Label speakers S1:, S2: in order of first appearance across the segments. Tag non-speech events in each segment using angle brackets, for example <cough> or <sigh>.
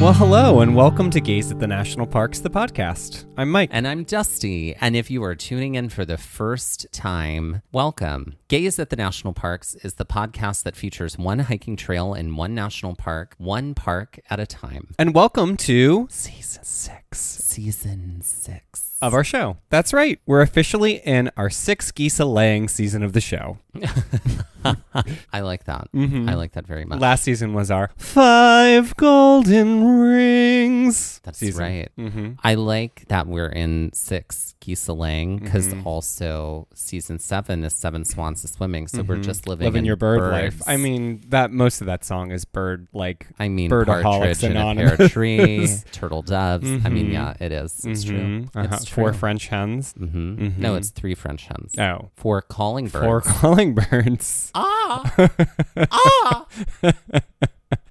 S1: Well, hello, and welcome to Gaze at the National Parks, the podcast. I'm Mike.
S2: And I'm Dusty. And if you are tuning in for the first time, welcome. Gaze at the National Parks is the podcast that features one hiking trail in one national park, one park at a time.
S1: And welcome to season six
S2: Season six.
S1: of our show. That's right. We're officially in our sixth geese laying season of the show.
S2: I like that. I like that very much.
S1: Mm-hmm. Last season was our five golden rings.
S2: That's
S1: season. Mm-hmm.
S2: right. I like that we're in six Gisa Lang because
S1: Mm-hmm.
S2: also season seven is Seven Swans of Swimming. So we're just living,
S1: Mm-hmm. Living
S2: in
S1: your bird
S2: birds.
S1: life. I mean, that most of that song is bird like.
S2: I mean,
S1: Birdaholics
S2: partridge in a
S1: Anonymous. <laughs>
S2: pear tree, turtle doves. I mean, yeah, it is. It's true.
S1: Mhm. Uh-huh.
S2: It's true.
S1: Four French hens.
S2: hmm No, it's three French hens.
S1: Oh,
S2: Four calling birds.
S1: four calling <laughs> birds. <laughs>
S2: ah, ah.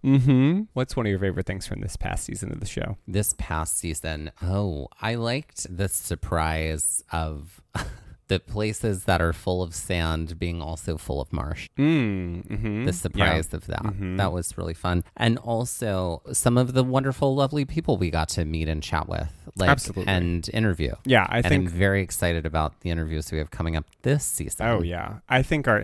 S1: Mm-hmm. What's one of your favorite things from this past season of the show?
S2: This past season, oh, I liked the surprise of. <laughs> The places that are full of sand being also full of marsh. Mm,
S1: Mm-hmm.
S2: the surprise of that. That was really fun. And also some of the wonderful, lovely people we got to meet and chat with, like
S1: Absolutely.
S2: and interview.
S1: Yeah, I
S2: and
S1: think.
S2: I'm very excited about the interviews we have coming up this season.
S1: Oh yeah, I think our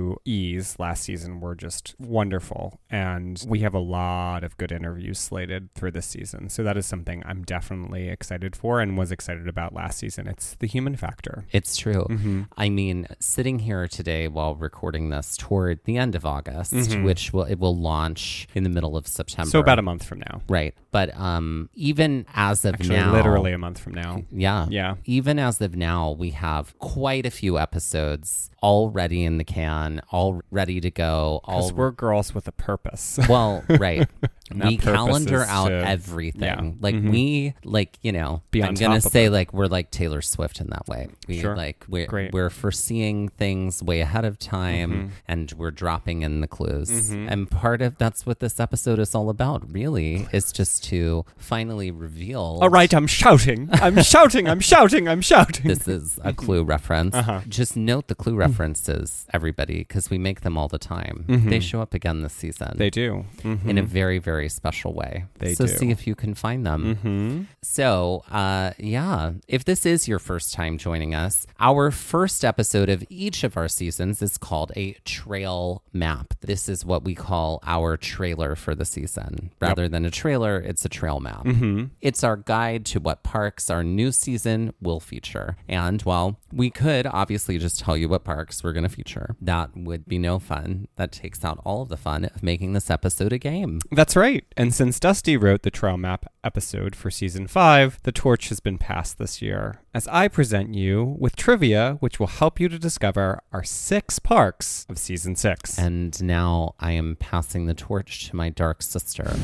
S1: interviewees last season were just wonderful, and we have a lot of good interviews slated through this season. So that is something I'm definitely excited for, and was excited about last season. It's the human factor.
S2: It's true.
S1: Mm-hmm.
S2: I mean, sitting here today while recording this toward the end of August, which will it will launch in the middle of September.
S1: Mm-hmm. So about a month from now,
S2: right. But um even as of
S1: actually,
S2: now
S1: literally a month from
S2: <laughs>
S1: now.
S2: Yeah.
S1: Yeah.
S2: Even as of now, we have quite a few episodes already in the can, all ready to go. All
S1: Because we're girls with a purpose. <laughs>
S2: well, right.
S1: Not
S2: we calendar
S1: purposes
S2: out
S1: to-
S2: everything.
S1: yeah. Mm-hmm.
S2: Like we, like you know,
S1: Be
S2: I'm
S1: on
S2: gonna
S1: top of
S2: say like we're like Taylor Swift in that way. We
S1: Sure.
S2: like we're
S1: Great. Mm-hmm.
S2: we're foreseeing things way ahead of time, and we're dropping in the clues. And part of that's what this episode is all about. Really, is just to finally reveal.
S1: All right, I'm shouting. I'm shouting. I'm shouting. I'm shouting.
S2: <laughs> this is
S1: <laughs>
S2: a clue reference.
S1: Uh-huh.
S2: Just note the clue references, everybody, because we make them all the time. They show up again this season
S1: Mm-hmm. they do. Mm-hmm.
S2: in a very, very special way.
S1: They
S2: so
S1: do. Mm-hmm.
S2: see if you can find them. So, uh, yeah, if this is your first time joining us, our first episode of each of our seasons is called a trail map. This is what we call our trailer for the season. Rather than a trailer, it's a trail map.
S1: Mm-hmm.
S2: It's our guide to what parks our new season will feature. And while we could obviously just tell you what parks we're going to feature, that would be no fun. That takes out all of the fun of making this episode a game.
S1: That's right. And since Dusty wrote the trail map episode for season five, the torch has been passed this year. as I present you with trivia which will help you to discover our six parks of season six.
S2: And now I am passing the torch to my dark
S1: <laughs>
S2: sister.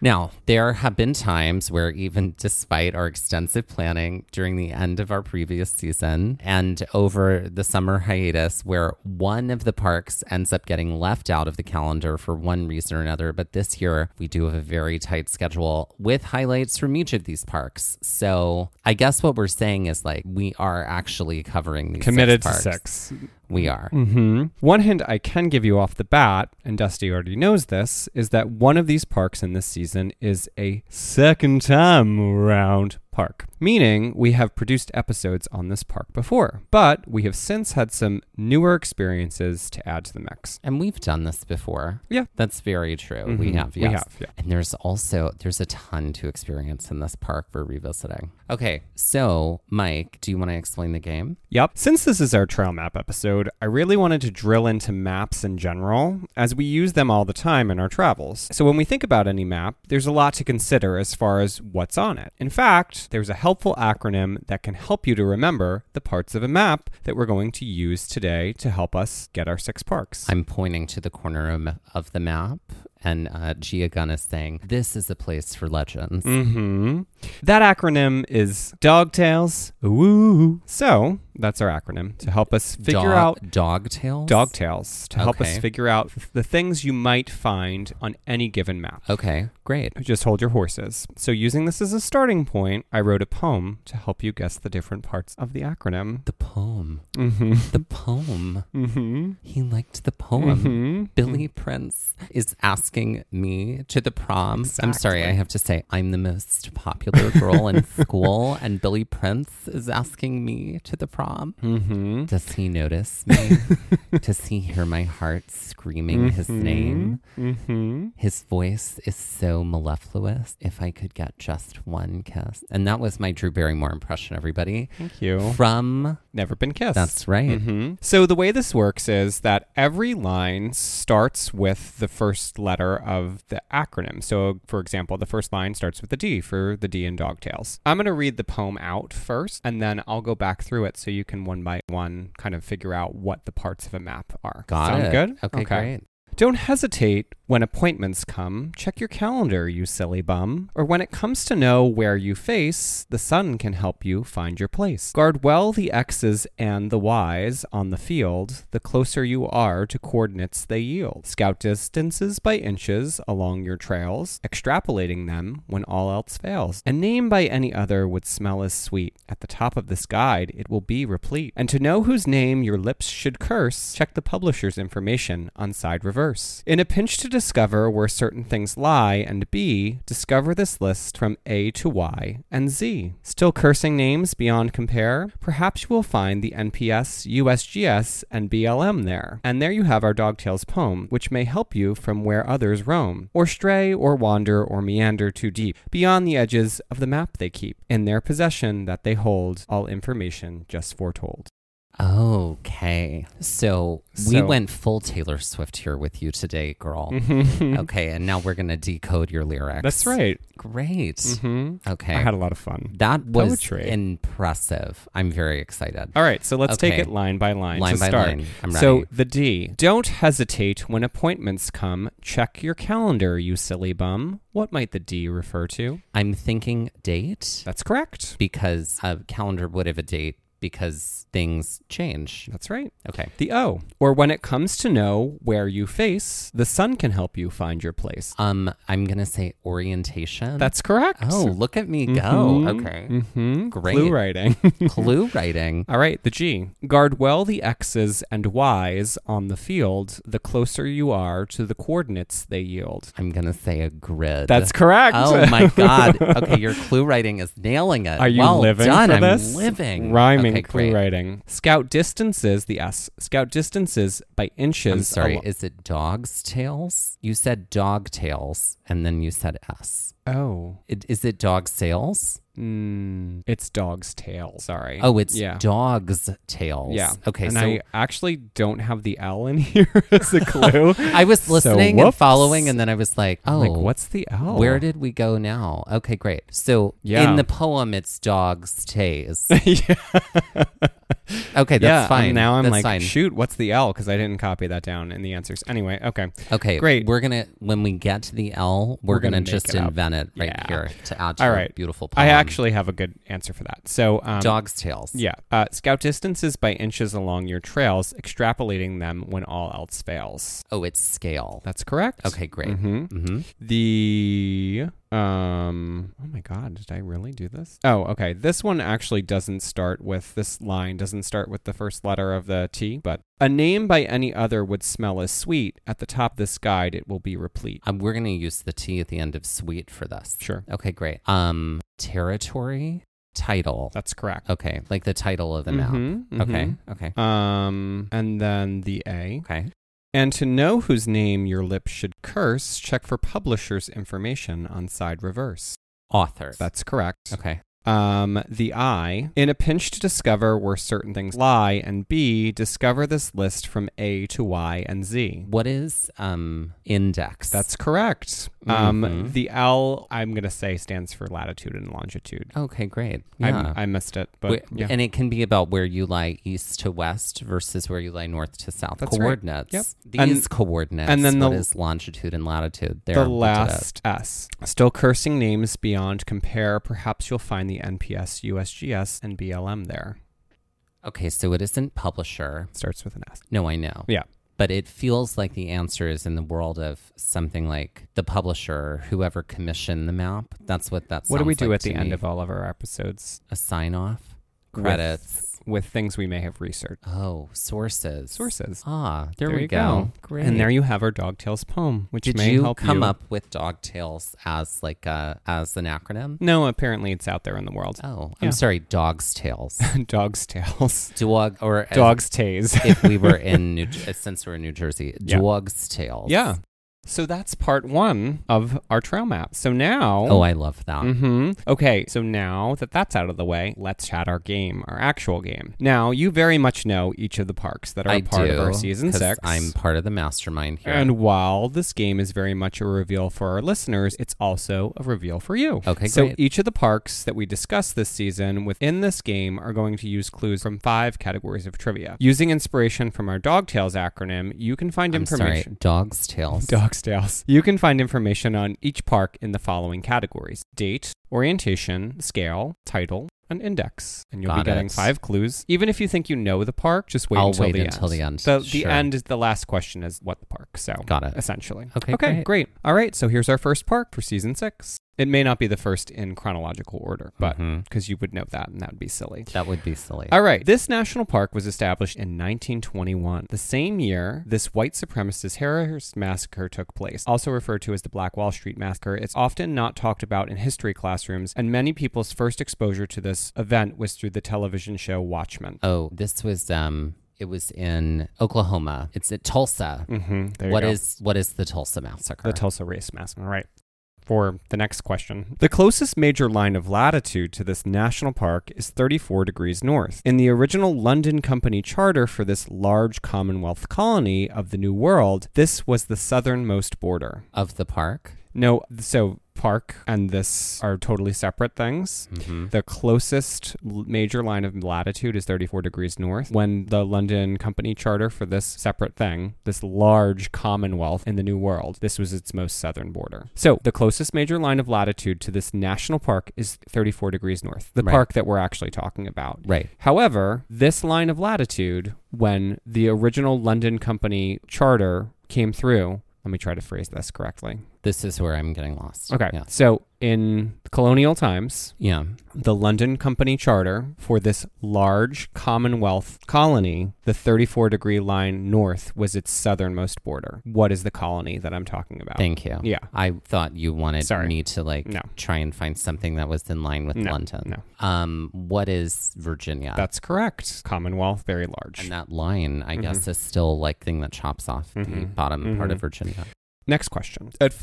S2: now, there have been times where, even despite our extensive planning during the end of our previous season and over the summer hiatus, where one of the parks ends up getting left out of the calendar for one reason or another. But this year, we do have a very tight schedule with highlights from each of these parks. So I guess what we're saying is like, we are actually covering these
S1: Committed to
S2: six parks.
S1: six.
S2: We are.
S1: hmm One hint I can give you off the bat, and Dusty already knows this, is that one of these parks in this season is a second time around park, meaning we have produced episodes on this park before, but we have since had some newer experiences to add to the mix.
S2: And we've done this before.
S1: Yeah.
S2: That's very true. We
S1: Mhm.
S2: have,
S1: We
S2: yes.
S1: have, yeah.
S2: And there's also there's a ton to experience in this park we're revisiting. Okay, so Mike, do you want to explain the game?
S1: Yep. Since this is our trail map episode, I really wanted to drill into maps in general, as we use them all the time in our travels. So when we think about any map, there's a lot to consider as far as what's on it. In fact, there's a helpful acronym that can help you to remember the parts of a map that we're going to use today to help us get our six parks.
S2: I'm pointing to the corner of- of the map, and uh, Gia Gunn is saying this is a place for legends.
S1: hmm That acronym is Dogtails. Ooh. So that's our acronym to help us figure
S2: Dog-
S1: out
S2: dog tails.
S1: dog tales to help us
S2: Okay.
S1: figure out the things you might find on any given map.
S2: Okay, great.
S1: Just hold your horses. So, using this as a starting point, I wrote a poem to help you guess the different parts of the acronym.
S2: The poem.
S1: Mm-hmm.
S2: The poem.
S1: Mm-hmm.
S2: He liked the poem.
S1: Mm-hmm.
S2: Oh, um, Billy Prince is asking me to the prom. I'm sorry, I
S1: Exactly.
S2: have to say, I'm the most popular
S1: <laughs>
S2: girl in school, and Billy Prince is asking me to the prom.
S1: Mm-hmm.
S2: Does he notice me?
S1: <laughs>
S2: Does he hear my heart screaming his name?
S1: Mm-hmm.
S2: His voice is so mellifluous. If I could get just one kiss. And that was my Drew Barrymore impression, everybody.
S1: Thank you.
S2: From,
S1: Never been kissed.
S2: that's right.
S1: hmm So the way this works is that every line starts with the first letter of the acronym. So, for example, the first line starts with the D for the D in Dogtails. I'm going to read the poem out first, and then I'll go back through it so you can one by one kind of figure out what the parts of a map are.
S2: Got
S1: Sound
S2: it.
S1: good?
S2: Okay, great.
S1: Don't hesitate when appointments come. Check your calendar, you silly bum. Or when it comes to know where you face, the sun can help you find your place. Guard well the X's and the Y's on the field. The closer you are to coordinates they yield. Scout distances by inches along your trails, extrapolating them when all else fails. A name by any other would smell as sweet. At the top of this guide, it will be replete. And to know whose name your lips should curse, check the publisher's information on side reverse. In a pinch to discover where certain things lie and be, discover this list from A to Y and Z. Still cursing names beyond compare? Perhaps you will find the NPS, USGS, and BLM there. And there you have our Dogtails poem, which may help you from where others roam, or stray, or wander, or meander too deep, beyond the edges of the map they keep. In their possession that they hold, all information just foretold.
S2: Okay. So, we
S1: So- Mm-hmm.
S2: went full Taylor Swift here with you today, girl. okay, and now we're going to decode your
S1: <laughs>
S2: lyrics.
S1: That's right.
S2: Great.
S1: Mm-hmm.
S2: Okay.
S1: I had a lot of fun.
S2: that was
S1: Poetry.
S2: impressive. I'm very excited.
S1: All right, so let's take
S2: Okay.
S1: it line by line.
S2: Line
S1: to
S2: by
S1: start.
S2: line. I'm
S1: So
S2: ready.
S1: the D. Don't hesitate when appointments come. Check your calendar, you silly bum. What might the D refer to?
S2: I'm thinking date
S1: That's correct.
S2: because a calendar would have a date because things change.
S1: That's right.
S2: Okay.
S1: The O. Or when it comes to know where you face, the sun can help you find your place.
S2: Um, I'm gonna say orientation.
S1: That's correct.
S2: oh, look at me go.
S1: Mhm.
S2: Okay.
S1: Mm-hmm.
S2: Great.
S1: Clue writing. <laughs>
S2: Clue writing.
S1: All right, the G. Guard well the X's and Y's on the field. The closer you are to the coordinates they yield.
S2: I'm gonna say a grid.
S1: That's <laughs> correct.
S2: Oh <laughs> my god. Okay, your clue writing is nailing it.
S1: Are you
S2: well
S1: living
S2: done.
S1: for
S2: I'm
S1: this?
S2: living.
S1: Rhyming
S2: okay,
S1: clue
S2: great.
S1: writing. Scout distances, the S. Scout distances by inches.
S2: I'm sorry.
S1: alo-
S2: Is it dog's tails? You said dog tails, and then you said s.
S1: Oh,
S2: It- Is it dog sales?
S1: mm, it's dog's tail. Sorry.
S2: Oh, it's
S1: yeah.
S2: dog's tails.
S1: Yeah.
S2: Okay.
S1: And
S2: so
S1: I actually don't have the L in <laughs> here as a
S2: <laughs>
S1: clue.
S2: I was
S1: So,
S2: listening and
S1: whoops.
S2: following, and then I was like, oh,
S1: like, what's the L?
S2: Where did we go now? Okay, great. So
S1: Yeah.
S2: in the poem, it's dog's tays.
S1: <laughs> yeah,
S2: Okay, that's
S1: yeah, and
S2: fine.
S1: now I'm
S2: That's
S1: like,
S2: fine.
S1: shoot, what's the L? Because I didn't copy that down in the answers. Anyway, okay.
S2: okay,
S1: great.
S2: We're gonna when we get to the L, we're,
S1: We're gonna
S2: gonna,
S1: make
S2: just
S1: it up.
S2: invent it right
S1: Yeah.
S2: here to add to
S1: All
S2: our
S1: right.
S2: beautiful poem.
S1: I actually have a good answer for that. So, um,
S2: Um, dog's tails.
S1: Yeah. Uh, scout distances by inches along your trails, extrapolating them when all else fails.
S2: Oh, it's scale.
S1: That's correct.
S2: Okay, great.
S1: hmm
S2: hmm
S1: The um oh my god, did I really do this? Oh, okay. This one actually doesn't start with this line doesn't start with the first letter of the T, but a name by any other would smell as sweet. At the top of this guide it will be replete.
S2: Um, we're gonna use the T at the end of sweet for this.
S1: Sure.
S2: Okay, great. Um, territory title.
S1: That's correct.
S2: Okay, like the title of the map.
S1: Mhm, mhm.
S2: Okay, okay,
S1: Um and then the A.
S2: okay.
S1: And to know whose name your lips should curse, check for publisher's information on side reverse.
S2: Author.
S1: That's correct.
S2: okay.
S1: Um, the I, in a pinch to discover where certain things lie, and B, discover this list from A to Y and Z.
S2: What is um index?
S1: That's correct. Um,
S2: Mhm.
S1: the L, I'm going to say, stands for latitude and longitude.
S2: okay. Great.
S1: I-
S2: Yeah.
S1: I, missed it, but
S2: Where-
S1: yeah.
S2: And it can be about where you lie east to west versus where you lie north to south.
S1: That's right.
S2: coordinates.
S1: Yep.
S2: These
S1: And-
S2: coordinates.
S1: and then
S2: what
S1: the-
S2: is longitude and latitude? There,
S1: the
S2: we did it.
S1: last S. Still cursing names beyond compare. Perhaps you'll find the NPS, USGS, and BLM there.
S2: Okay, so it isn't publisher.
S1: Starts with an S.
S2: No, I know.
S1: Yeah.
S2: But it feels like the answer is in the world of something like the publisher, whoever commissioned the map. That's what that's.
S1: What do we do at the end of all of our episodes?
S2: a sign off?
S1: with-
S2: Credits.
S1: with, things we may have researched.
S2: Oh, sources.
S1: Sources.
S2: Ah, there,
S1: There
S2: we
S1: you go.
S2: go. Great.
S1: And there you have our Dogtails poem, which
S2: Did
S1: may
S2: you
S1: help
S2: come
S1: you.
S2: up with Dogtails as like uh as an acronym?
S1: No, apparently it's out there in the world. <laughs>
S2: Oh,
S1: Yeah.
S2: I'm sorry, Dog's
S1: <laughs>
S2: Tails.
S1: Dog's tails.
S2: Dog or as-
S1: Dog's tays.
S2: if we
S1: <laughs>
S2: were in New uh, since we're in New Jersey,
S1: Yeah.
S2: Dog's Tails.
S1: yeah. So that's part one of our trail map. So now.
S2: Oh, I love that.
S1: Mm-hmm. Okay, so now that that's out of the way, let's chat our game, our actual game. Now, you very much know each of the parks that are
S2: I
S1: a part
S2: do.
S1: of our season
S2: 'cause
S1: six.
S2: I'm part of the mastermind here.
S1: And while this game is very much a reveal for our listeners, it's also a reveal for you.
S2: Okay,
S1: So
S2: great.
S1: each of the parks that we discussed this season within this game are going to use clues from five categories of trivia. Using inspiration from our Dogtails acronym, you can find
S2: I'm sorry,
S1: information.
S2: Dog's Tails.
S1: Dogtails. You can find information on each park in the following categories date, orientation, scale, title, and index. And you'll
S2: Got
S1: be getting
S2: it.
S1: five clues. Even if you think you know the park, just wait
S2: I'll
S1: until
S2: wait
S1: the
S2: until
S1: end.
S2: the end,
S1: The,
S2: sure.
S1: the end is the last question is what the park. So
S2: Got it.
S1: essentially.
S2: Okay,
S1: Okay,
S2: great.
S1: great. All right, so here's our first park for season six. It may not be the first in chronological order, but
S2: Mhm.
S1: because you would know that, and that would be silly.
S2: that would be silly.
S1: All right. This national park was established in 1921, the same year this white supremacist Harris massacre took place, also referred to as the Black Wall Street massacre. It's often not talked about in history classrooms, and many people's first exposure to this event was through the television show Watchmen.
S2: Oh, this was um it was in Oklahoma. It's at Tulsa.
S1: Mm-hmm. There you
S2: What
S1: go.
S2: is what is the Tulsa massacre?
S1: The Tulsa race massacre. All right. For the next question. The closest major line of latitude to this national park is 34 degrees north. In the original London Company charter for this large Commonwealth colony of the New World, this was the southernmost border.
S2: of the park.
S1: No, so park and this are totally separate things.
S2: Mm-hmm.
S1: The closest l- major line of latitude is 34 degrees north. When the London Company charter for this separate thing, this large commonwealth in the New World, this was its most southern border. So the closest major line of latitude to this national park is 34 degrees north, the
S2: Right.
S1: park that we're actually talking about.
S2: Right.
S1: However, this line of latitude, when the original London Company charter came through, let me try to phrase this correctly.
S2: This is where I'm getting lost.
S1: Okay.
S2: Yeah.
S1: So in colonial times,
S2: Yeah.
S1: the London Company charter for this large Commonwealth colony, the 34 degree line north was its southernmost border. What is the colony that I'm talking about?
S2: Thank you.
S1: Yeah.
S2: I thought you wanted
S1: Sorry.
S2: me to like
S1: No.
S2: try and find something that was in line with
S1: No,
S2: London.
S1: no.
S2: Um, what is Virginia?
S1: That's correct. Commonwealth, very large. Mm-hmm.
S2: and that line, I guess, is still like thing that chops off the
S1: Mhm.
S2: bottom part
S1: Mhm.
S2: of Virginia.
S1: Next question. At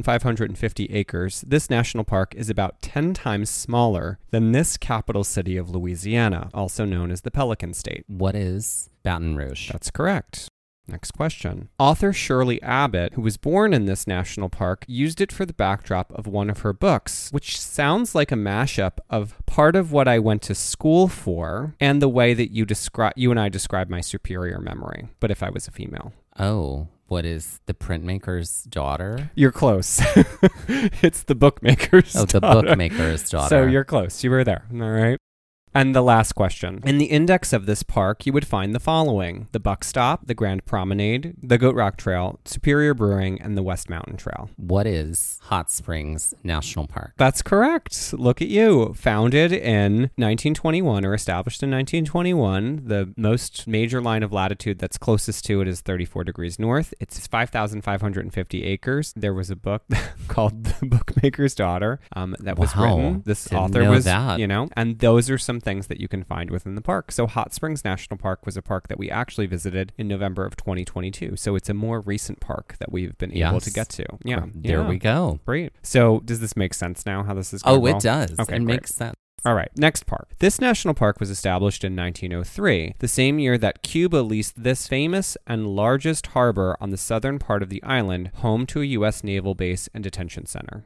S1: 5,550 acres, this national park is about 10 times smaller than this capital city of Louisiana, also known as the Pelican State.
S2: What is Baton Rouge?
S1: That's correct. Next question. Author Shirley Abbott, who was born in this national park, used it for the backdrop of one of her books, which sounds like a mashup of part of what I went to school for and the way that you describe you and I describe my superior memory, but if I was a female.
S2: Oh, what is the printmaker's daughter?
S1: You're close. <laughs> it's the bookmaker's
S2: Oh,
S1: <laughs>
S2: the
S1: daughter.
S2: bookmaker's daughter.
S1: So you're close. You were there. All right. And the last question. In the index of this park, you would find the following the Buck Stop, the Grand Promenade, the Goat Rock Trail, Superior Brewing, and the West Mountain Trail.
S2: What is Hot Springs National Park?
S1: That's correct. Look at you. Founded in 1921 or established in 1921, the most major line of latitude that's closest to it is 34 degrees north. It's 5,550 acres. There was a book <laughs> called The Bookmaker's Daughter um, that was
S2: Wow.
S1: written. This
S2: Didn't
S1: author
S2: know
S1: was,
S2: that.
S1: you know, and those are some things that you can find within the park. So Hot Springs National Park was a park that we actually visited in November of 2022. So it's a more recent park that we've been able
S2: Yes.
S1: to get to. Yeah.
S2: There
S1: yeah.
S2: we go.
S1: Great. So, does this make sense now how this is going?
S2: Oh, it
S1: roll?
S2: does.
S1: Okay,
S2: it
S1: great.
S2: makes sense.
S1: All right, next park. This national park was established in 1903, the same year that Cuba leased this famous and largest harbor on the southern part of the island, home to a U.S. naval base and detention center.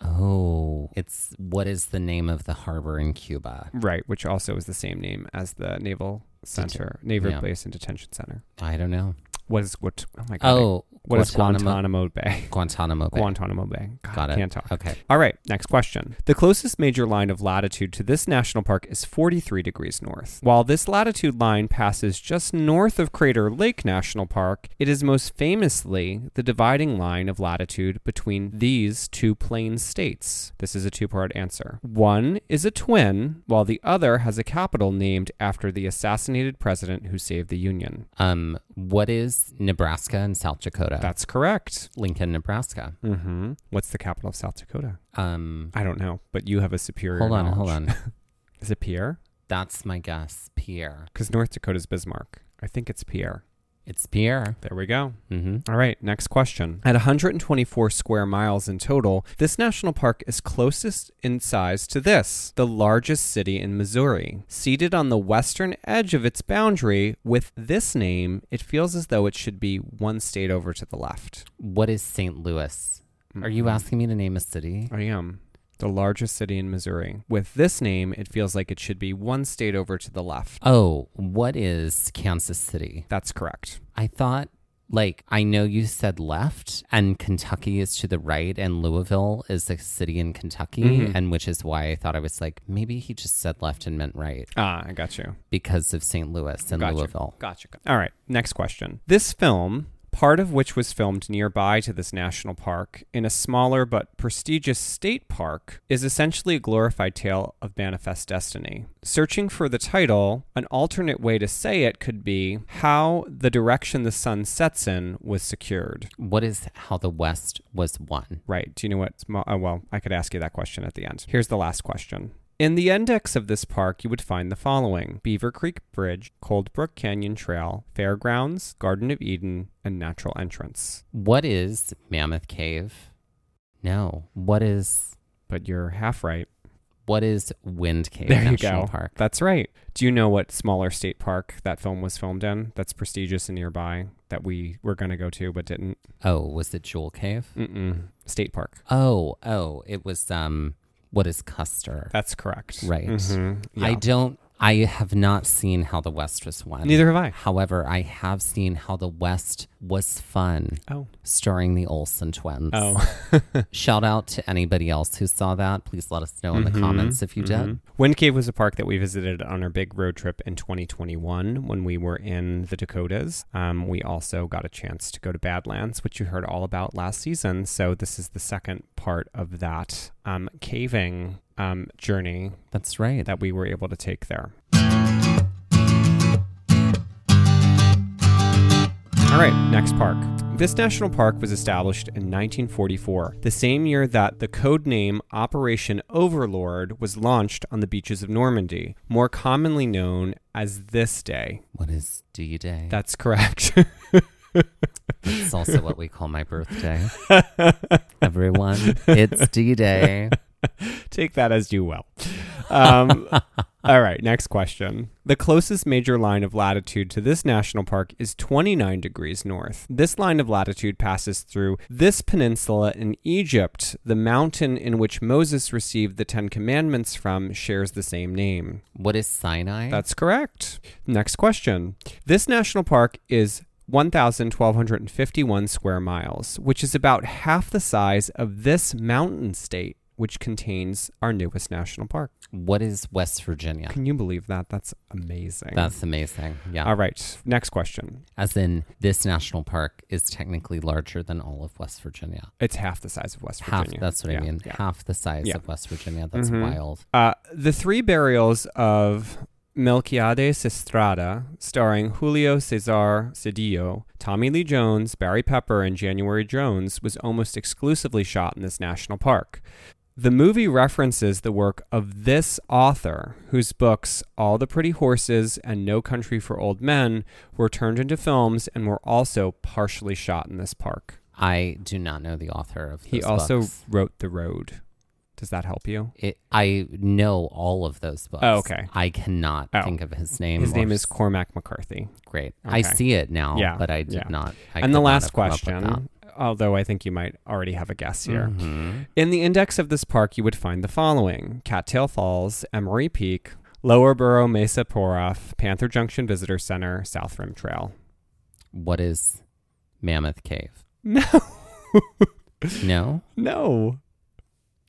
S2: Oh, it's what is the name of the harbor in Cuba?
S1: Right, which also is the same name as the naval center, naval
S2: yeah.
S1: base and detention center.
S2: I don't know.
S1: What is what? Oh my god!
S2: Oh,
S1: what is
S2: Guantanamo?
S1: Guantanamo Bay?
S2: Guantanamo. Bay.
S1: Guantanamo Bay. God,
S2: Got
S1: I
S2: it.
S1: Can't talk.
S2: Okay.
S1: All right, next question. The closest major line of latitude to this national park is 43 degrees north. While this latitude line passes just north of Crater Lake National Park, it is most famously the dividing line of latitude between these two plain states. This is a two part answer. One is a twin, while the other has a capital named after the assassinated president who saved the Union.
S2: Um, what is Nebraska and South Dakota?
S1: That's correct.
S2: Lincoln, Nebraska.
S1: hmm What's the capital of South Dakota?
S2: Um,
S1: I don't know, but you have a superior.
S2: hold on,
S1: knowledge. <laughs>
S2: hold on.
S1: Is it Pierre?
S2: That's my guess. Pierre.
S1: Because North Dakota's Bismarck. I think it's Pierre.
S2: It's Pierre.
S1: There we go.
S2: Mm-hmm.
S1: All right, next question. At 124 square miles in total, this national park is closest in size to this, the largest city in Missouri. Seated on the western edge of its boundary with this name, it feels as though it should be one state over to the left.
S2: What is St. Louis? Are you
S1: Mhm.
S2: asking me to name a city?
S1: I am. The largest city in Missouri. With this name, it feels like it should be one state over to the left.
S2: Oh, what is Kansas City?
S1: That's correct.
S2: I thought, like, I know you said left, and Kentucky is to the right, and Louisville is a city in Kentucky,
S1: Mhm.
S2: and which is why I thought I was like, maybe he just said left and meant right
S1: Ah, I got you.
S2: because of St. Louis and
S1: Gotcha.
S2: Louisville.
S1: Gotcha. All right. Next question. This film, part of which was filmed nearby to this national park in a smaller but prestigious state park, is essentially a glorified tale of manifest destiny. Searching for the title, an alternate way to say it could be How the Direction the Sun Sets In was Secured.
S2: What is how the West was won?
S1: Right. Do you know what? sma- Oh, well, I could ask you that question at the end. Here's the last question. In the index of this park, you would find the following Beaver Creek Bridge, Cold Brook Canyon Trail, Fairgrounds, Garden of Eden, and Natural Entrance.
S2: What is Mammoth Cave? No. What is
S1: But you're half right.
S2: what is Wind Cave
S1: There
S2: National
S1: you go.
S2: Park?
S1: That's right. Do you know what smaller state park that film was filmed in that's prestigious and nearby that we were going to go to but didn't?
S2: Oh, was it Jewel Cave?
S1: Mm-mm. State park.
S2: Oh, oh, it was um what is Custer?
S1: That's correct.
S2: Right.
S1: Mhm.
S2: I
S1: Yeah.
S2: don't I have not seen How the West Was Won.
S1: Neither have I.
S2: However, I have seen How the West Was Fun,
S1: Oh.
S2: starring the Olsen twins.
S1: <laughs> Oh.
S2: <laughs> Shout out to anybody else who saw that. Please let us know in
S1: Mm-hmm.
S2: the comments if you did.
S1: Wind Cave was a park that we visited on our big road trip in 2021 when we were in the Dakotas. Um, we also got a chance to go to Badlands, which you heard all about last season. So this is the second part of that um, caving um, journey
S2: That's right.
S1: that we were able to take there. All right, next park. This national park was established in 1944, the same year that the code name Operation Overlord was launched on the beaches of Normandy, more commonly known as this day.
S2: what is D Day?
S1: That's correct.
S2: That's also what we call my
S1: <laughs>
S2: birthday. Everyone, it's D Day.
S1: <laughs> Take that as you will. Um, all right, next question. The closest major line of latitude to this national park is 29 degrees north. This line of latitude passes through this peninsula in Egypt. The mountain in which Moses received the Ten Commandments from shares the same name.
S2: <laughs> What is Sinai?
S1: That's correct. Next question. This national park is 1,251 square miles, which is about half the size of this mountain state, which contains our newest national park.
S2: what is West Virginia?
S1: Can you believe that? That's amazing.
S2: That's amazing. Yeah.
S1: All right. Next question.
S2: As in, this national park is technically larger than all of West Virginia.
S1: It's half the size of West
S2: Half,
S1: Virginia.
S2: that's what I
S1: Yeah,
S2: mean.
S1: yeah.
S2: Half the size
S1: Yeah.
S2: of West Virginia. That's wild.
S1: Uh, the three burials of Melquiades Estrada, starring Julio Cesar Cedillo, Tommy Lee Jones, Barry Pepper, and January Jones, was almost exclusively shot in this national park. The movie references the work of this author, whose books, All the Pretty Horses and No Country for Old Men, were turned into films and were also partially shot in this park.
S2: I do not know the author of
S1: He
S2: those
S1: also
S2: books.
S1: wrote The Road. Does that help you?
S2: It, I know all of those books.
S1: Oh, okay.
S2: I cannot
S1: Oh.
S2: think of his name.
S1: His
S2: or
S1: name is
S2: s-
S1: Cormac McCarthy.
S2: Great. I
S1: Okay.
S2: see it now,
S1: Yeah,
S2: but I did
S1: yeah.
S2: not. I
S1: and the
S2: could not
S1: last
S2: have come up with that.
S1: question, although I think you might already have a guess here.
S2: Mhm.
S1: In the index of this park, you would find the following Cattail Falls, Emery Peak, Lowerboro Mesa Poroff, Panther Junction Visitor Center, South Rim Trail. <laughs>
S2: What is Mammoth Cave?
S1: No,
S2: No?
S1: no.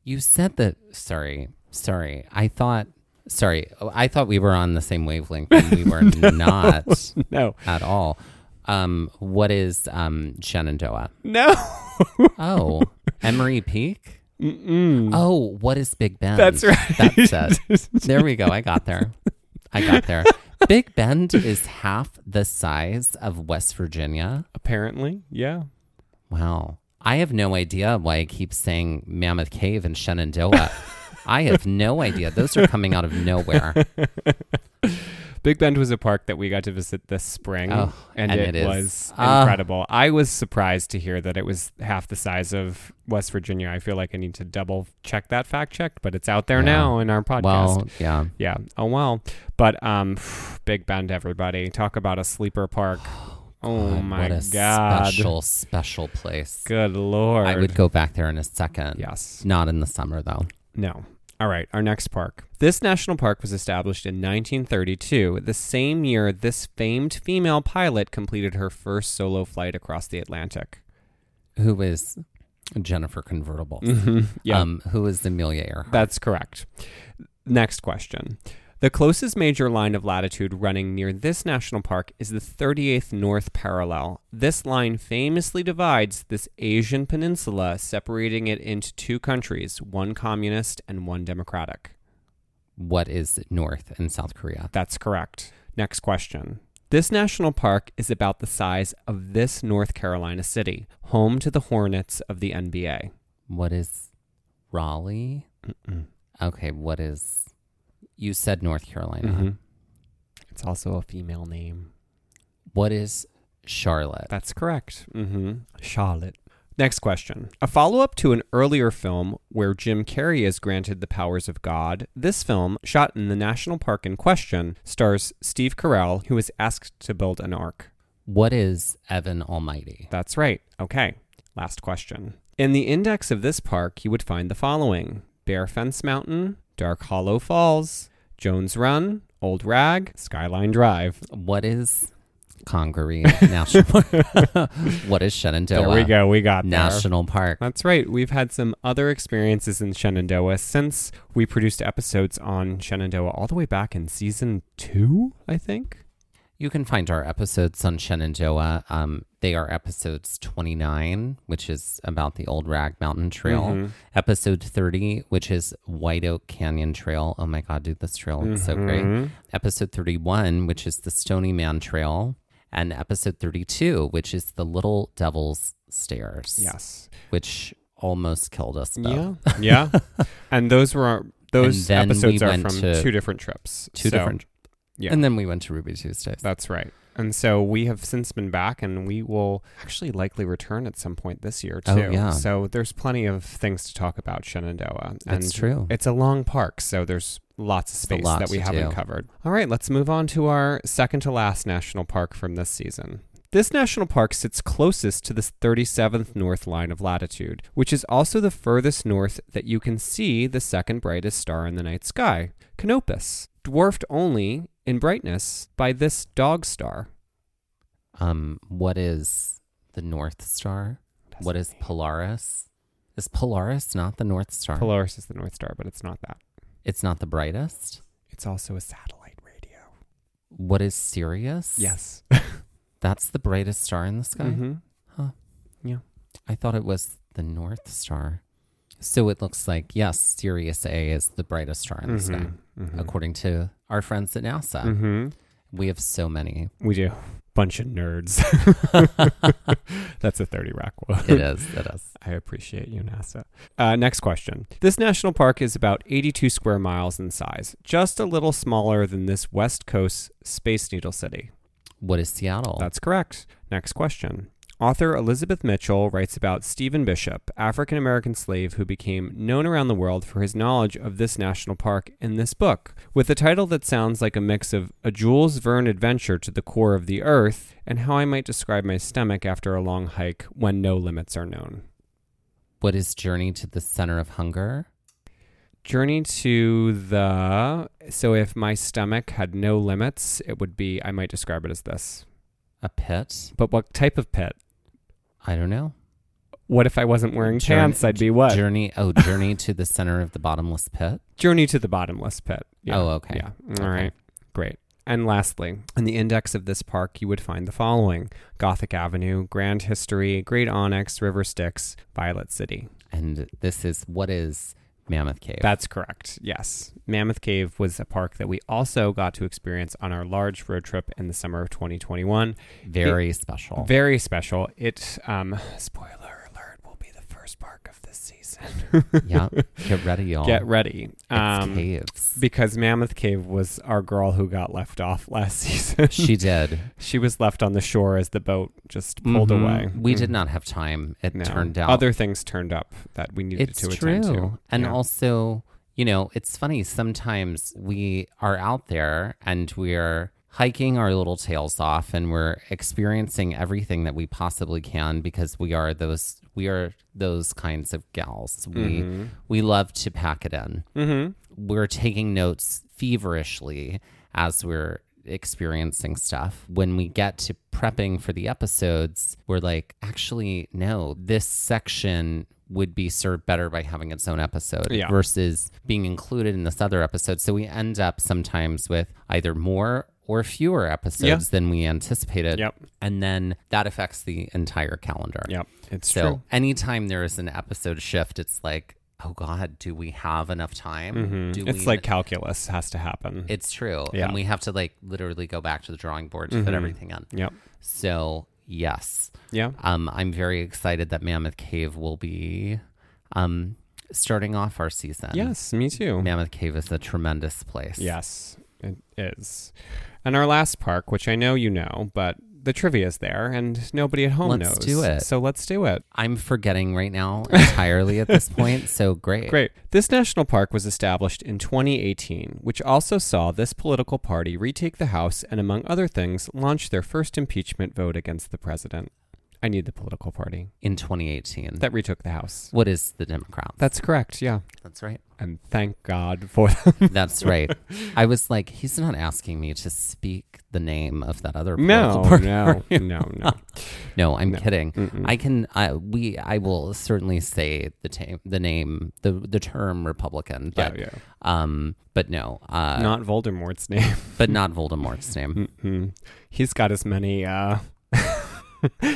S2: You said that. Sorry, sorry. I thought. Sorry, Oh, I thought we were on the same wavelength, and we
S1: <laughs>
S2: were not
S1: No,
S2: at all. Um, what is um, Shenandoah?
S1: no. <laughs>
S2: Oh, <laughs> Emery Peak.
S1: Mm-mm.
S2: Oh, what is Big Bend?
S1: That's right.
S2: That's it. There we go. I got there. I got there. Big Bend is half the size of West Virginia.
S1: Apparently, yeah.
S2: Wow. I have no idea why I keep saying Mammoth Cave and Shenandoah. I have no idea. Those are coming out of nowhere.
S1: Big Bend was a park that we got to visit this spring,
S2: Oh,
S1: and,
S2: and
S1: it,
S2: it is-
S1: was
S2: Ah.
S1: incredible. I was surprised to hear that it was half the size of West Virginia. I feel like I need to double check that fact check, but it's out there
S2: Yeah.
S1: now in our podcast.
S2: Well, yeah.
S1: yeah. Oh well. But um, <sighs> Big Bend, everybody, talk about a sleeper
S2: <sighs>
S1: park. Oh
S2: God,
S1: my
S2: what a
S1: god!
S2: special, special place.
S1: Good lord!
S2: I would go back there in a second.
S1: Yes.
S2: Not in the summer though.
S1: No. All right, our next park. This national park was established in 1932, the same year this famed female pilot completed her first solo flight across the Atlantic.
S2: Who is Jennifer Convertible?
S1: Mm-hmm. Yeah.
S2: Um, who is Amelia Earhart?
S1: That's correct. Next question. The closest major line of latitude running near this national park is the 38th North Parallel. This line famously divides this Asian peninsula, separating it into two countries, one communist and one democratic.
S2: What is North and South Korea?
S1: That's correct. Next question. This national park is about the size of this North Carolina city, home to the Hornets of the NBA.
S2: What is Raleigh? Okay, what is you said North Carolina.
S1: Mhm. It's also a female name.
S2: What is Charlotte?
S1: That's correct. hmm Charlotte. Next question. A follow up to an earlier film where Jim Carrey is granted the powers of God, this film, shot in the national park in question, stars Steve Carell, who is asked to build an ark.
S2: What is Evan Almighty?
S1: That's right. Okay. Last question. In the index of this park, you would find the following Bear Fence Mountain, Dark Hollow Falls, Jones Run, Old Rag, Skyline Drive.
S2: What is Congaree National
S1: <laughs>
S2: Park? what is Shenandoah?
S1: There we go. We got there.
S2: National Park.
S1: That's right. We've had some other experiences in Shenandoah since we produced episodes on Shenandoah all the way back in season two, I think.
S2: You can find our episodes on Shenandoah. Um, they are episodes 29, which is about the Old Rag Mountain Trail, episode 30, which is White Oak Canyon Trail. Oh my God, dude, this trail is so great. Episode 31, which is the Stony Man Trail, and episode 32, which is the Little Devil's Stairs.
S1: Yes.
S2: Which almost killed us both.
S1: Yeah. Yeah.
S2: <laughs>
S1: and those were our, those
S2: then we
S1: episodes are
S2: went
S1: from
S2: to
S1: two different trips.
S2: Two
S1: So,
S2: different.
S1: yeah.
S2: And then we went to Ruby Tuesdays.
S1: That's right. And so we have since been back, and we will actually likely return at some point this year too.
S2: Oh, yeah.
S1: So there's plenty of things to talk about Shenandoah.
S2: That's
S1: and
S2: true.
S1: It's a long park, so there's lots of
S2: a
S1: space
S2: lot
S1: that we
S2: to
S1: haven't
S2: do.
S1: covered. All right, let's move on to our second to last national park from this season. This national park sits closest to the 37th north line of latitude, which is also the furthest north that you can see the second brightest star in the night sky, Canopus, dwarfed only in brightness by this dog star.
S2: Um, what is the North Star? What is Polaris? Is Polaris not the North Star?
S1: Polaris is the North Star, but it's not that.
S2: it's not the brightest.
S1: It's also a satellite radio.
S2: What is Sirius?
S1: Yes.
S2: That's the brightest star in the sky.
S1: hmm
S2: I thought it was the North Star. So it looks like, yes, Sirius A is the brightest star in the sky,
S1: Mm-hmm.
S2: according to our friends at NASA.
S1: hmm
S2: We have so
S1: <laughs>
S2: many.
S1: We do. Bunch of
S2: <laughs>
S1: nerds. That's a 30 rack one.
S2: It is, it is.
S1: I appreciate you, NASA. Uh, next question. This national park is about 82 square miles in size, just a little smaller than this West Coast Space Needle city.
S2: What is Seattle?
S1: That's correct. Next question. Author Elizabeth Mitchell writes about Stephen Bishop, African American slave who became known around the world for his knowledge of this national park in this book, with a title that sounds like a mix of a Jules Verne adventure to the core of the earth and how I might describe my stomach after a long hike when no limits are known.
S2: what is Journey to the Center of Hunger?
S1: Journey to the. So if my stomach had no limits, it would be, I might describe it as this.
S2: A pit?
S1: But what type of pit?
S2: I don't know.
S1: What if I wasn't wearing
S2: Journey-
S1: pants? I'd be what?
S2: Journey, oh, Journey to the Center of the Bottomless Pit?
S1: Journey to the Bottomless Pit.
S2: Oh, okay.
S1: <laughs> Yeah. All right.
S2: Okay.
S1: Great. And lastly, in the index of this park, you would find the following Gothic Avenue, Grand History, Great Onyx, River Styx, Violet City.
S2: And this is, what is Mammoth Cave?
S1: That's correct. Yes. Mammoth Cave was a park that we also got to experience on our large road trip in the summer of 2021.
S2: Very special.
S1: Very special. It, um, spoiler alert, will be the first park of this season.
S2: <laughs> yeah. Get ready, y'all.
S1: Get um, ready.
S2: it's caves.
S1: because Mammoth Cave was our girl who got left off <laughs> last season.
S2: she did.
S1: <laughs> she was left on the shore as the boat just pulled
S2: Mhm.
S1: away. Mm.
S2: We did not have time. It
S1: No.
S2: turned out.
S1: Other things turned up that we needed
S2: it's
S1: to
S2: true.
S1: attend to.
S2: And
S1: Yeah.
S2: also, you know, it's funny. Sometimes we are out there and we're hiking our little tails off and we're experiencing everything that we possibly can because we are those we are those kinds of gals.
S1: Mm-hmm.
S2: We we love to pack it in.
S1: Mhm.
S2: We're taking notes feverishly as we're experiencing stuff. When we get to prepping for the episodes, we're like, actually, no, this section would be served better by having its own episode
S1: Yeah.
S2: versus being included in this other episode. So we end up sometimes with either more or fewer episodes than we anticipated.
S1: Yep.
S2: And then that affects the entire calendar.
S1: Yep. It's
S2: So
S1: true.
S2: anytime there is an episode shift, it's like, oh God, do we have enough time? Do
S1: Mm-hmm. It's
S2: we <laughs>
S1: like calculus has to happen.
S2: it's true.
S1: Yeah. Mm-hmm.
S2: And we have to like literally go back to the drawing board to put everything in.
S1: yep.
S2: So yes.
S1: Yeah.
S2: Um, I'm very excited that Mammoth Cave will be um starting off our season.
S1: Yes, me too.
S2: Mammoth Cave is a tremendous place.
S1: Yes, it is. And our last park, which I know you know, but the trivia is there and nobody at home
S2: Let's
S1: knows.
S2: do it.
S1: So let's do it.
S2: I'm forgetting right now <laughs> entirely at this point. So great.
S1: Great. This national park was established in 2018, which also saw this political party retake the House and, among other things, launch their first impeachment vote against the president. I need the political party
S2: In twenty eighteen.
S1: that retook the House.
S2: what is the Democrats?
S1: That's correct. Yeah.
S2: That's right.
S1: And thank God <laughs> for them.
S2: That's right. I was like, he's not asking me to speak the name of that other
S1: No,
S2: political <laughs> party.
S1: no, no, no.
S2: No, I'm kidding. I can. I we. I will certainly say the ta- the name the the term Republican.
S1: Yeah,
S2: But,
S1: Oh, yeah.
S2: Um. But no. Uh.
S1: Not Voldemort's name. <laughs>
S2: But not Voldemort's name.
S1: Mm. He's got as many. Uh, <laughs>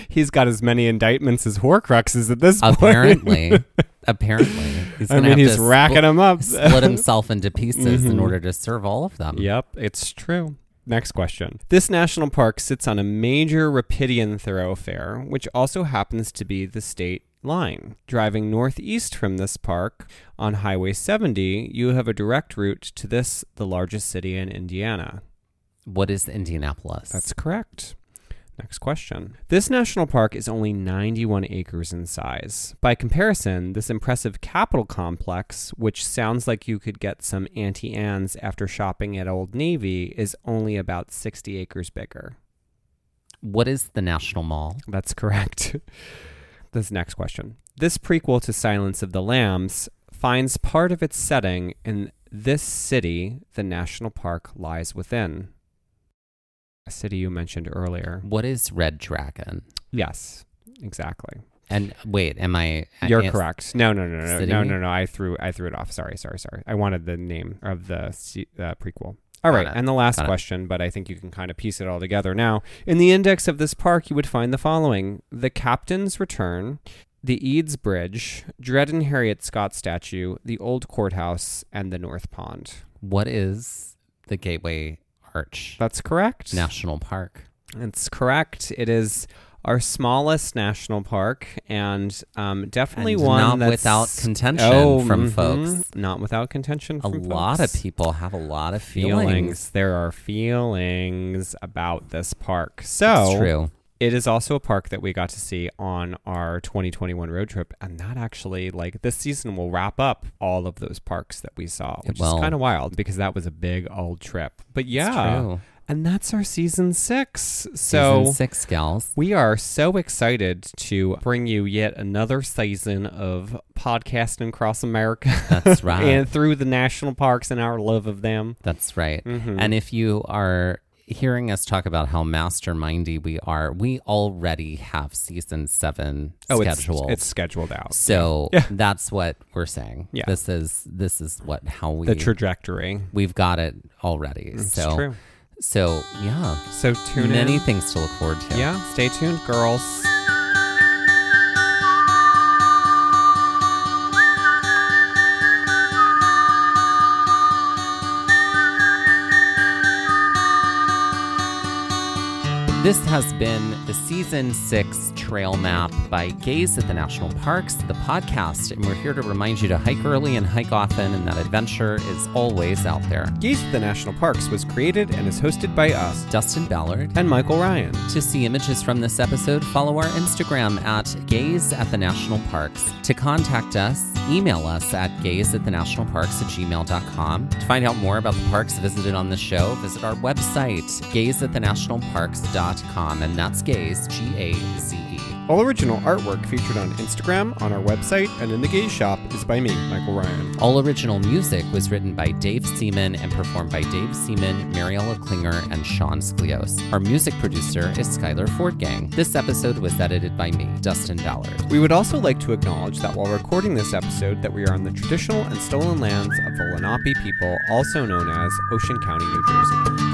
S1: he's got as many indictments as Horcruxes at this point. <laughs>
S2: apparently. apparently. He's
S1: I
S2: gonna
S1: mean,
S2: have
S1: he's
S2: to
S1: racking
S2: split,
S1: them up.
S2: <laughs>
S1: Mm-hmm.
S2: split
S1: <laughs>
S2: himself into pieces in order to serve all of them.
S1: Yep, it's true. Next question. This national park sits on a major Rapidian thoroughfare, which also happens to be the state line. Driving northeast from this park on Highway 70, you have a direct route to this, the largest city in Indiana.
S2: What is Indianapolis?
S1: That's correct. Next question. This national park is only 91 acres in size. By comparison, this impressive Capitol complex, which sounds like you could get some Auntie Anne's after shopping at Old Navy, is only about 60 acres bigger.
S2: what is the National Mall?
S1: That's correct. <laughs> this next question. This prequel to Silence of the Lambs finds part of its setting in this city the national park lies within. A city you mentioned earlier.
S2: What is Red Dragon?
S1: Yes, exactly.
S2: And wait, am I? I-
S1: You're
S2: it's-
S1: correct. No, no, no, no,
S2: City?
S1: no, no, no. I threw, I threw it off. Sorry, sorry, sorry. I wanted the name of the se- uh, prequel. All
S2: Got
S1: right,
S2: it.
S1: and the last
S2: Got it.
S1: question, but I think you can kind of piece it all together now. In the index of this park, you would find the following: the Captain's Return, the Eads Bridge, Dred and Harriet Scott statue, the old courthouse, and the North Pond.
S2: What is the Gateway Arch
S1: That's correct.
S2: National Park?
S1: That's correct. It is our smallest national park, and um, definitely
S2: And
S1: one
S2: not
S1: that's
S2: without contention from
S1: mhm.
S2: folks.
S1: Not without contention.
S2: A
S1: from
S2: lot of
S1: folks.
S2: people have a lot of feelings.
S1: feelings. There are feelings about this park. So
S2: It's true.
S1: it is also a park that we got to see on our 2021 road trip, and that actually, like this season, will wrap up all of those parks that we saw,
S2: It
S1: which
S2: will.
S1: is kind of wild because that was a big old trip. But
S2: It's
S1: yeah,
S2: true.
S1: and that's our season six. So.
S2: Season
S1: <laughs>
S2: six gals.
S1: We are so excited to bring you yet another season of podcasting across America. <laughs>
S2: That's right.
S1: and through the national parks and our love of them.
S2: That's right.
S1: Mm-hmm.
S2: And if you are hearing us talk about how mastermindy we are, we already have season seven scheduled.
S1: Oh, It's, it's scheduled out.
S2: so that's what we're saying.
S1: Yeah.
S2: This is this is what how we
S1: The trajectory.
S2: we've got it already. so
S1: true.
S2: so yeah.
S1: So tune
S2: Many
S1: in.
S2: things to look forward to.
S1: Yeah, stay tuned, girls.
S2: This has been the season six trail map by Gaze at the National Parks, the podcast, and we're here to remind you to hike early and hike often, and that adventure is always out there.
S1: Gaze at the National Parks was created and is hosted by us
S2: Dustin Ballard.
S1: and Michael Ryan.
S2: To see images from this episode, follow our Instagram at Gaze at the National Parks. To contact us, email us at gaze at the national parks at gmail.com. To find out more about the parks visited on the show, visit our website, gaze at the national parks.com, and that's gaze, G A Z E.
S1: All original artwork featured on Instagram, on our website, and in the Gaze Shop is by me, Michael Ryan.
S2: All original music was written by Dave Seaman and performed by Dave Seaman, Mariella Klinger, and Sean Sklios. Our music producer is Skylar Fordgang. This episode was edited by me, Dustin Ballard.
S1: We would also like to acknowledge that while recording this episode that we are on the traditional and stolen lands of the Lenape people, also known as Ocean County, New Jersey.